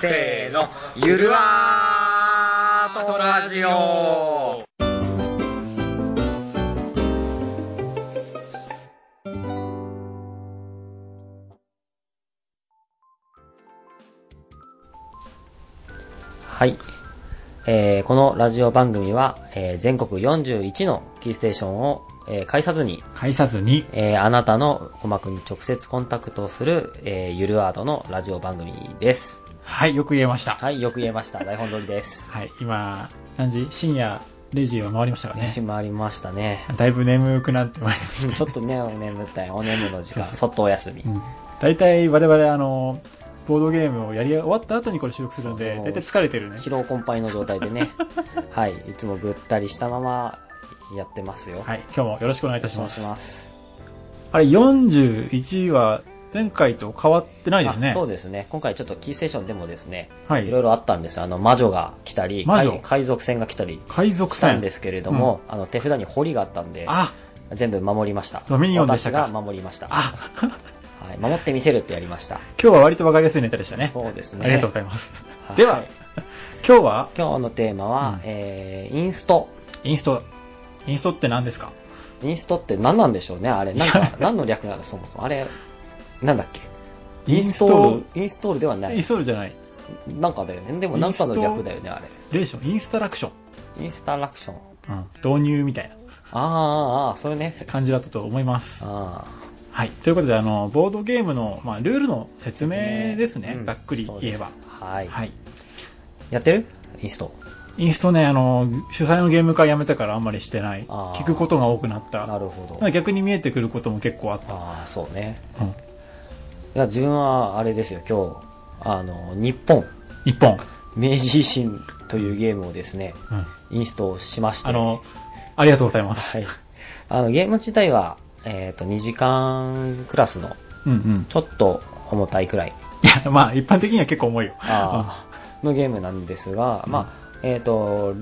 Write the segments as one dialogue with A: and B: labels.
A: せーの、ゆるわーとラジオ
B: はい。えーこのラジオ番組は、えー全国41のキーステーションを、えー介さずに、
C: 返さずに、
B: えーあなたの鼓膜に直接コンタクトする、えーゆるアートのラジオ番組です。
C: はい、よく言えました。はい、
B: はい、よく言えました。台本通りです。
C: 今、何時深夜0時を回りましたかね。
B: 始まりましたね。
C: だいぶ眠くなってまいりまし
B: うんちょっとね、お眠ったい、お眠の時間、
C: そう
B: そっとお休み
C: た。。うん大体我々、あの、ボードゲームをやり終わった後にこれ収録するので、
B: そう
C: 大体疲れてるね。
B: 疲労困憊の状態でね、はい、いつもぐったりしたままやってますよ。
C: はい、今日もよろしくお願いいたし
B: お願
C: ま
B: い
C: す。
B: します。
C: あれ、41は前回と変わってないです
B: あ
C: ね。
B: そうですね。今回ちょっとキーステーションでもですね、
C: はい
B: いろいろあったんですよ。あの、魔女が来たり、
C: 魔女
B: 海海賊船が来たり
C: 海賊
B: した
C: 船。
B: んですけれども、あの、手札に堀があったんで、
C: あ、
B: 全部守りました。
C: ドミニオンでしたか
B: 私が守りました。は
C: あ、
B: い、守ってみせるってやりました。
C: 今日は割とわかりやすいネタでしたね。
B: そうですね。
C: ありがとうございます。
B: はい
C: では、今日は
B: 今日のテーマは、
C: うん
B: えー、インスト。
C: インスト。インストって何ですか
B: インストって何なんでしょうね、あれ。なん
C: い
B: か
C: や、
B: 何の略なの、そもそも。あれ、なんだっけ。
C: イ
B: イ
C: ン
B: ン
C: ス
B: ス
C: ト
B: トール、インストールではな
C: イン
B: い
C: ス。トールじゃない。
B: なんかだよね。でも、なんかの略だよね、あれ。
C: レーション、インストラクション。
B: インスタラクション。
C: 導入みたいな
B: あーあー、あーそれね。
C: 感じだったと思います。
B: あ
C: はい。ということで、あの、ボードゲームの、まあ、ルールの説明
B: ー
C: ですね。
B: うん
C: ざっくり言えば
B: そう。ですはい。
C: はい。
B: やってるインスト。
C: インストね、あの、主催のゲーム会やめたからあんまりしてない。
B: あー
C: 聞くことが多くなった。
B: なるほ
C: まあ
B: ど。
C: 逆に見えてくることも結構あった。
B: ああ、そうね。
C: うん
B: いや、自分は、あれですよ、今日、あの、日本、
C: 一本。
B: 明治維新というゲームをですね、
C: うん
B: インストしまして。
C: あの、ありがとうございます。
B: はい。あの、ゲーム自体は、えっ、と、2時間クラスの、
C: うんうん。
B: ちょっと重たいくらい、
C: いや、まあ、一般的には結構重いよ。
B: あーのゲームなんですが、
C: うん
B: まあ、えっ、と、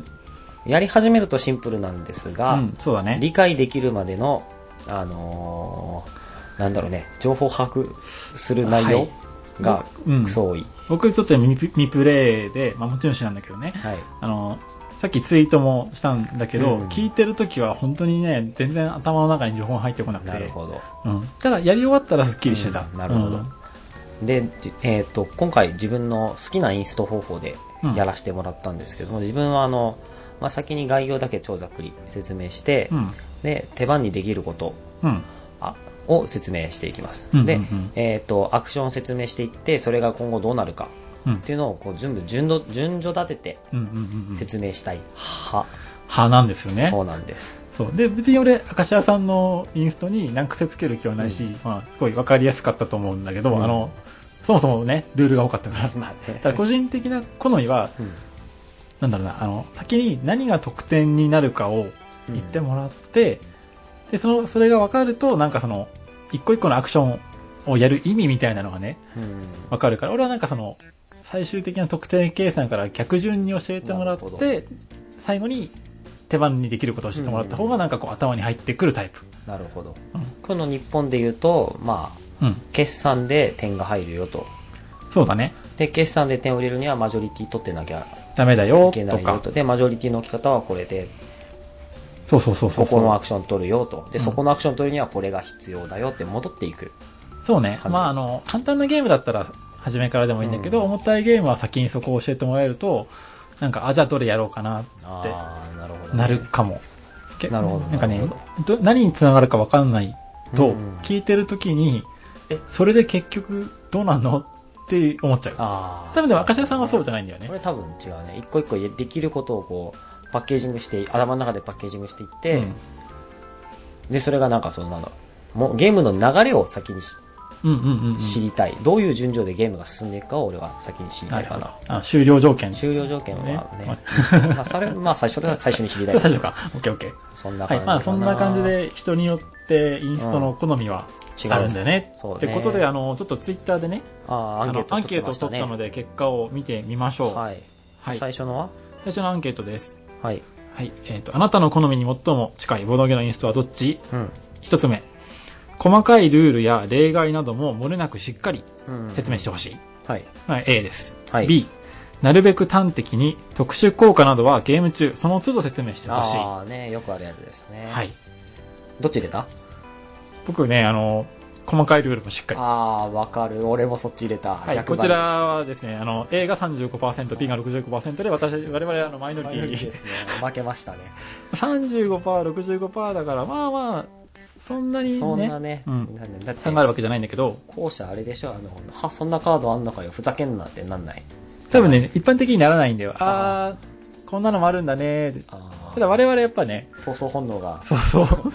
B: やり始めるとシンプルなんです
C: う
B: が、
C: ん、そうだね。
B: 理解できるまでの、あのーなんだろうね、情報把握する内容が
C: うん
B: クソ多い。
C: 僕ちょっとミプミプレイで、まあ、もちろん知らんだけどね、
B: はい。
C: あのさっきツイートもしたんだけど、
B: うん
C: 聞いてるときは本当にね全然頭の中に情報が入ってこなくて
B: なるほど。
C: うん、ただやり終わったらすっきりしてた、
B: うんなるほど
C: うん
B: で、じえっ、と、今回自分の好きなインスト方法で
C: うん
B: やらせてもらったんですけども、自分はあの、まあ、先に概要だけ超ざっくり説明して、
C: うん
B: で、手番にできること
C: うん
B: あを説明していきます。
C: うんうんう
B: で、
C: ん
B: えっ、と、アクションを説明していって、それが今後どうなるか
C: うん
B: っていうのをこう全部順度順序立てて
C: うんうんうん
B: 説明したい派、
C: 派なんですよね
B: そうなんです。
C: そうで別に俺明石家さんのインストに何癖つける気はないし、
B: う
C: まあ、すごい分かりやすかったと思うんだけど、
B: うん
C: あのそもそもねルールが多かったから、
B: まあね
C: ただ個人的な好みは
B: うん
C: なんだろうな、あの、先に何が得点になるかを言ってもらって、で、その、それが分かると、なんかその、一個一個のアクションをやる意味みたいなのがね、
B: うん
C: 分かるから、俺はなんかその、最終的な得点計算から逆順に教えてもらっ
B: なるほ
C: て、最後に手番にできることを知ってもらった方が、なんかこう、頭に入ってくるタイプ。
B: なるほど。
C: う
B: この日本で言うと、まあ、
C: ん。うん。
B: 決算で点が入るよと。
C: そうだね。
B: で、決算で点を入れるにはマジョリティ取ってなきゃ
C: ダメだ
B: い
C: よ、
B: けな
C: と
B: いよ
C: か。
B: と。で、マジョリティの置き方はこれで、
C: そうそうそうそう。
B: ここのアクション取るよと。で、
C: うん
B: そこのアクション取るにはこれが必要だよって戻っていく。
C: そうね
B: 感。じ
C: まあ、あの、簡単なゲームだったら、初めからでもいいんだけど、
B: うん
C: 重たいゲームは先にそこを教えてもらえると、なんか、あ、じゃあどれやろうかなっ
B: ああ、なるほど、
C: てなるかも。け
B: なるほど
C: なんか
B: な
C: ね
B: るほ、
C: ど何につながるかわかんないと
B: うん、
C: 聞いてるときに、え、それで結局どうなんのって思っちゃう。
B: ああ。
C: 多分でも、明石家さんはそうじゃ
B: ゃ
C: ないんだよね
B: こ。れ多分違うね。一個一個できることをこう、パッケージングして、頭の中でパッケージングしていって、
C: うん
B: で、それがなんかそのなんだろうもうゲームの流れを先にし
C: うんうんうんうん。
B: 知りたい、どういう順序でゲームが進んでいくかを俺は先に知りた
C: ないる
B: か
C: ほど
B: な。
C: あ終了条件。
B: 終了条件はね、
C: ね
B: まあそれ、まあ最初は最初に知りた
C: 最
B: い。
C: 初か。オッケーオッケー。
B: そんな
C: は
B: 感
C: い、
B: じか
C: まあそんな感じ。で人によってインストの好みは
B: うん
C: あるんだよね。
B: 違う
C: ってこと
B: そうね
C: で、あの、ちょっとツイッターでね、
B: ああ、アンケート
C: あのアンケートを取ったの
B: で。
C: で結果を見てみましょう。
B: はい。
C: はい
B: 最初のは
C: 最初のアンケートです。
B: はい。
C: はい、えっ、と、あなたの好みに最も近いボードゲームのインストはどっち
B: うん。
C: 一つ目、細かいルールや例外なども漏れなくしっかり
B: うん
C: 説明してほしい。
B: はい。
C: はい、A です。
B: はい
C: B、なるべく端的に特殊効果などはゲーム中、その都度説明してほしい。は
B: ああね、よくあるやつですね。
C: い。。
B: どっち入れた
C: 僕ね、あの、細かいルールもしっかり。
B: ああー、わかる。俺もそっち入れた。
C: はい、こ
B: 逆張
C: ち
B: り
C: らはですね、あの、A が35%、B が65%で、私、我々あのマイノリティに。
B: ですね。負けました ね。
C: 35%、65%だから、まあまあ、そんなにね、
B: そんなね、
C: うん、
B: だだって
C: 差があるわけじゃないんだけど、
B: 後者あれでしょあのはそんなカードあんのかよふざけんなってなんない
C: 多分ね、一般的にならないんだよ。
B: あ
C: あー、こんなのもあるんだねーって。
B: あ
C: ただ我々やっぱね、
B: 闘争本能が
C: そうそ う。
B: 闘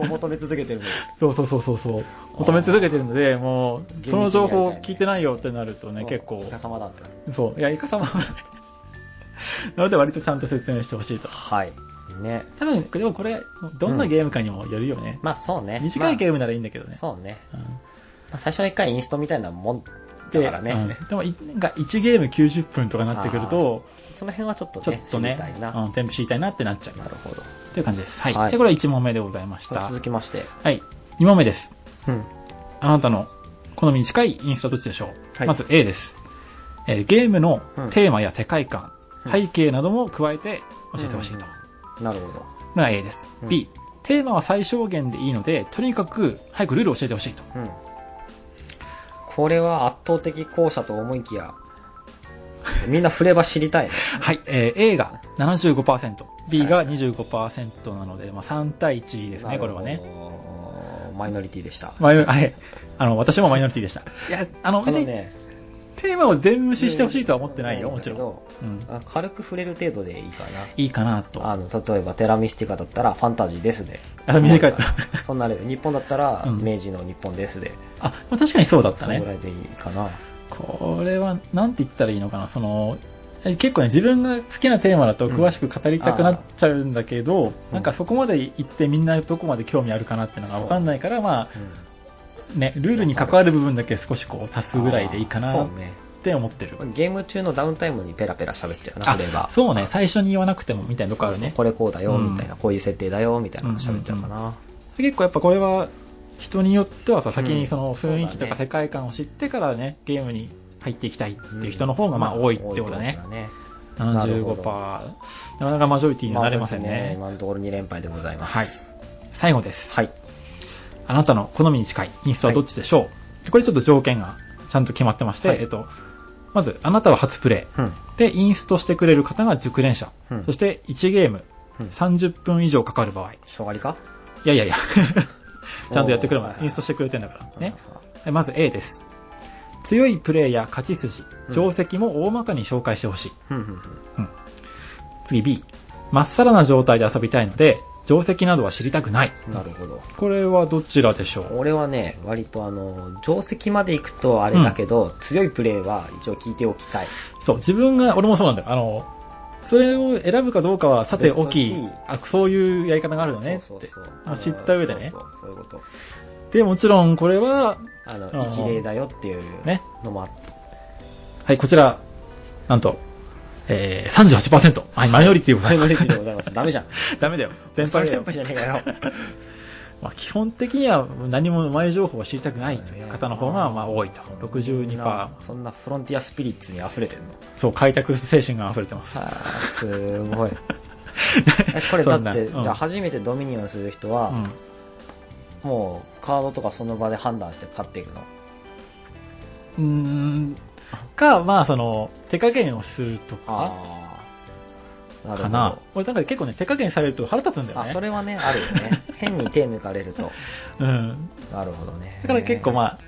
B: 争を求め続けてるので
C: そうそうそうそうそう。求め続けてるので、もう、その情報を聞いてないよってなると ね、結構
B: お、客様だって
C: そう。いや、イカ様はなので割とちゃんと説明してほしいと。
B: はいね
C: 多分、でもこれ、どんなゲームかにもよるよね。
B: まあそうね
C: 短いゲ
B: ー
C: ームならいいんだけどね。
B: そうね、
C: うん
B: まあ、最初の1回インストみたいなもんだ
C: で
B: からね、
C: うんでもい、なんか1ゲーム90分とかなってくると、
B: その辺はちょっと
C: ちょっ
B: ね
C: とね
B: 知りたい、な、
C: うん、全部知りたいなってなっちゃう。
B: なるほど
C: という感じです。はい。
B: はい
C: じゃあこれは1問目でございました。
B: 続きまして
C: はい。2問目です。
B: うん
C: あなたの好みに近いインスタどっちでしょう、
B: はい
C: まず A です、えーゲームの
B: うん
C: テーマや世界観、
B: うん
C: 背景なども加えて教えてほしいと。
B: なるほど
C: のが A です、
B: うん
C: B、テーマは最小限でいいので、とにかく早くルールを教えてほしいと。
B: うんこれは圧倒的後者と思いき やみんな振れば知りたいね
C: はい。えー A が75%、B が25%なので、まあ、3対1ですね、これはね。
B: ね。マイノリティでした。
C: マイノはい。あの、私もマイノリティでした。いや、あの、
B: あ
C: 別
B: の
C: に、
B: ね、
C: テーマを全無視してほしいとは思ってないよ、もちろん。
B: ん。
C: うん。
B: あ軽く触れる程度でいいか
C: いいかなと。
B: な。あの、例えば、テラミスティカだったら、ファンタジーですで。
C: あ短い
B: そんなレベル。日本だったら、
C: うん
B: 明治の日本ですで。
C: あ、まあ、確かにそうだった
B: そのぐら
C: ね。
B: いでいいかな。
C: これは、なんて言ったらいいのかな、その、え結構ね、自分が好きなテーマだと詳しく語りたくなっちゃうんだけど、
B: うん
C: なんかそこまで行ってみんなどこまで興味あるかなっていうのがわかんないから、まあ、ね、ルールに関わる部分だけ少しこう足すぐらいでいいか
B: あ
C: な
B: ー
C: っ
B: そうね。
C: て思ってる。
B: ゲーム中のダウンタイムにペラペラ喋っちゃうな、
C: あ
B: 触れば。
C: そうね、最初に言わなくてもみたいなとこある
B: そうそ
C: ね
B: う。これこうだよ、みたいな。
C: うん
B: こういう設定だよ、みたいなの喋っちゃうか
C: うん
B: な。
C: 結構やっぱこれは人によってはさ、先
B: うん
C: にその雰囲気と
B: そうだ
C: か
B: ね
C: 世界観を知ってからね、ゲームに入っていきたいっていう人の方がまあ多いってことだね
B: 多いって。ことだね。なるほ
C: 75%。
B: ど
C: なかなかマジョリティにはなれません
B: あそうです
C: ね。
B: 今のところ2連敗でございます。
C: 最後です。
B: はい。
C: あなたの好みに近いインストはどっちでしょう、これちょっと条件がちゃんと決まってまして、
B: はい
C: えっと、まず、あなたは初プレイ。
B: うん。
C: で、インストしてくれる方が熟練者。
B: うん
C: そして、1ゲーム、
B: うん
C: 30分以上かかる場合。い
B: しょうがりか
C: やい やいや、ちゃんとやってくれ
B: おーは
C: ば
B: いは、い
C: インストしてくれてんだから。ね。。はいまず A です。強いプレイや勝ち筋、定石も大まかに紹介してほしい。
B: うんうん
C: うん次 B。まっさらな状態で遊びたいので、定石などは知りたくない。
B: うん。なるほど。
C: これはどちらでしょう
B: 俺はね、割とあの、定石まで行くとあれだけど、強いプレーは一応聞いておきたい。
C: そう、自分が、俺もそうなんだよ。あの、それを選ぶかどうかはさてお
B: ベ
C: き
B: ストキー、
C: あ、そういうやり方があるよねって。
B: そうそうそう
C: あの知った上でね
B: そうそうそういうこと。
C: で、もちろんこれは、
B: あ
C: あの
B: の、一例だよっていう
C: ね
B: のもあっ
C: はい、こちら、なんと、えー、38%。はい、マイノリティでござ
B: マ
C: い
B: イ
C: ま
B: ノ
C: す。
B: リティでございます。ダメじゃん。
C: ダメだよ。全
B: そ
C: 敗
B: れ
C: だよ
B: 先。輩じゃねえかよ。
C: まあ、基本的には何も前情報は知りたくないという方の方がまあ多いと。62%。
B: そんなフロンティアスピリッツに溢れてるの。
C: そう、開拓精神が溢れてます。
B: はあ、すご い。 えこれだ
C: そんな
B: って、
C: うん
B: じゃあ初めてドミニオンする人
C: う
B: は
C: ん、
B: もうカードとかその場で判断して買っていくの。
C: うーん。か、まあ、その、手加減をするとか、
B: ああ。なる
C: か
B: ほ
C: な
B: ど。。
C: 俺なんか結構ね、手加減されると腹立つんだよ
B: あ、
C: ね。
B: それはね、あるよ ね。変に手抜かれると。
C: うん。
B: なるほどね。
C: だから結構
B: あ、
C: まあ、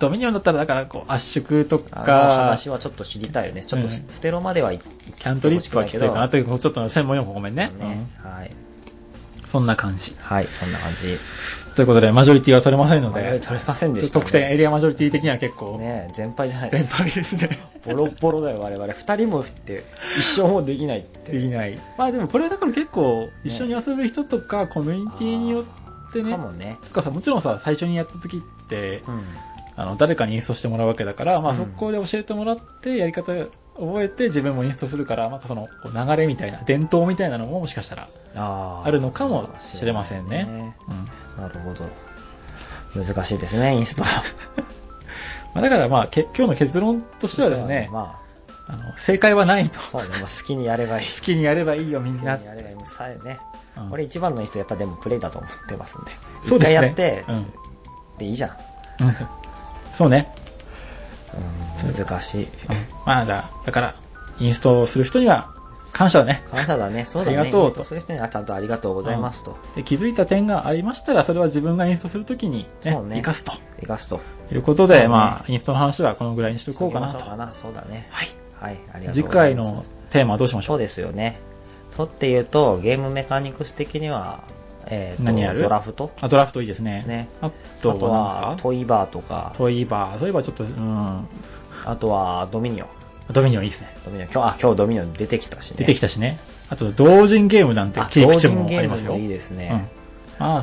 C: ドミニオンだったら、だからこう、圧縮と
B: あの
C: か、
B: 話はちょっと知りたいよね。ちょっ
C: う
B: と
C: ん
B: 捨てろまではいって
C: キャントリップはきついかなという、ちょっと専門用語ごめんね。
B: はい。
C: うんそんな感じ。
B: はい、そんな感じ。
C: ということで、マジョリティは取れませんの
B: あれ
C: で、
B: 取れませんでした、ね。
C: 得点、エリアマジョリティ的には結構、
B: ね全敗じゃないで
C: 全
B: すか。
C: 敗ですね。
B: ボロボロだよ、我々。二人も振って、一生もできないって。
C: でき ない。まあでもこれだから結構、一緒に遊ぶ人とか、コミュニティによってね、
B: かもね。
C: とかさもちろんさ、最初にやった時って、
B: うん。
C: あの、誰かにインストしてもらうわけだから、まあ
B: うん
C: そこで教えてもらって、やり方覚えて自分もインストするから、またそのこう流れみたいな、伝統みたいなのももしかしたら
B: あー
C: あるのかもしれませんね。うん
B: なるほど。難しいですね、インストは。
C: まあ、だからまあけ今日の結論としてはですね、
B: ま
C: あの正解はないと
B: あ、そうね、もう好きにやればいい。
C: 好きにやればいいよみ
B: 好き
C: ん
B: に
C: な
B: やればいい。さえね。
C: うん
B: 俺一番の人やっぱでもプレイだと思ってますんで。
C: そうですね
B: 一回やって、
C: うん
B: でいいじゃん。
C: うんそうね、
B: うん、難しい。
C: うんまあだだからインストする人には感謝だね
B: 感謝だね、そうだね。
C: ありがと
B: イ
C: うと
B: ンストする人にはちゃんとありがとうございますと。
C: で気づいた点がありましたらそれは自分がインストするときに、ね
B: そうね
C: 生かすと
B: 生かすと。
C: いうことで、
B: そうね
C: まあインストの話はこのぐらいにしておこうかな
B: そ
C: と
B: うかな、そうだね。
C: はい
B: はい、ありがとう
C: 次
B: ござ
C: 回
B: います。
C: のテーマはどうしましょ
B: そう
C: う
B: ですよね。とっていうと、ゲームメカニクス的には、えーと
C: 何やる
B: ドラフト
C: あドラフトいいですね
B: ね
C: あ
B: あ
C: と
B: と
C: は
B: は
C: なん、か
B: トイバーとか、
C: トイバーそういえばちょっとうん
B: あとはドミニオン。
C: ドミニオンいいですね
B: ドミニオン、今日、あ、今日ドミニオン出てきたしね。
C: 出てきたしね。あと、同人ゲームなんて
B: あ
C: 切り口もあります
B: 同人ゲーム
C: よ。
B: もいいですね
C: うんまあ、
B: あ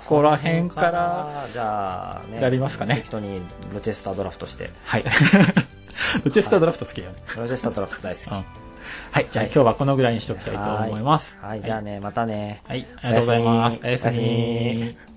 B: ー
C: そこら辺か
B: その辺か
C: ら、
B: らじゃあね、
C: 選びますかね
B: 適当にロチェスタードラフトして。
C: はい。 ロチェスタードラフト好きだよね。
B: ロチェスタードラフト大好き。
C: うんはい、じゃあ今日はこのぐらいにしておきたいと思います。
B: はい、じゃあね、またね。
C: はい、ありがとうございます。
B: おやすみ
C: おやすみ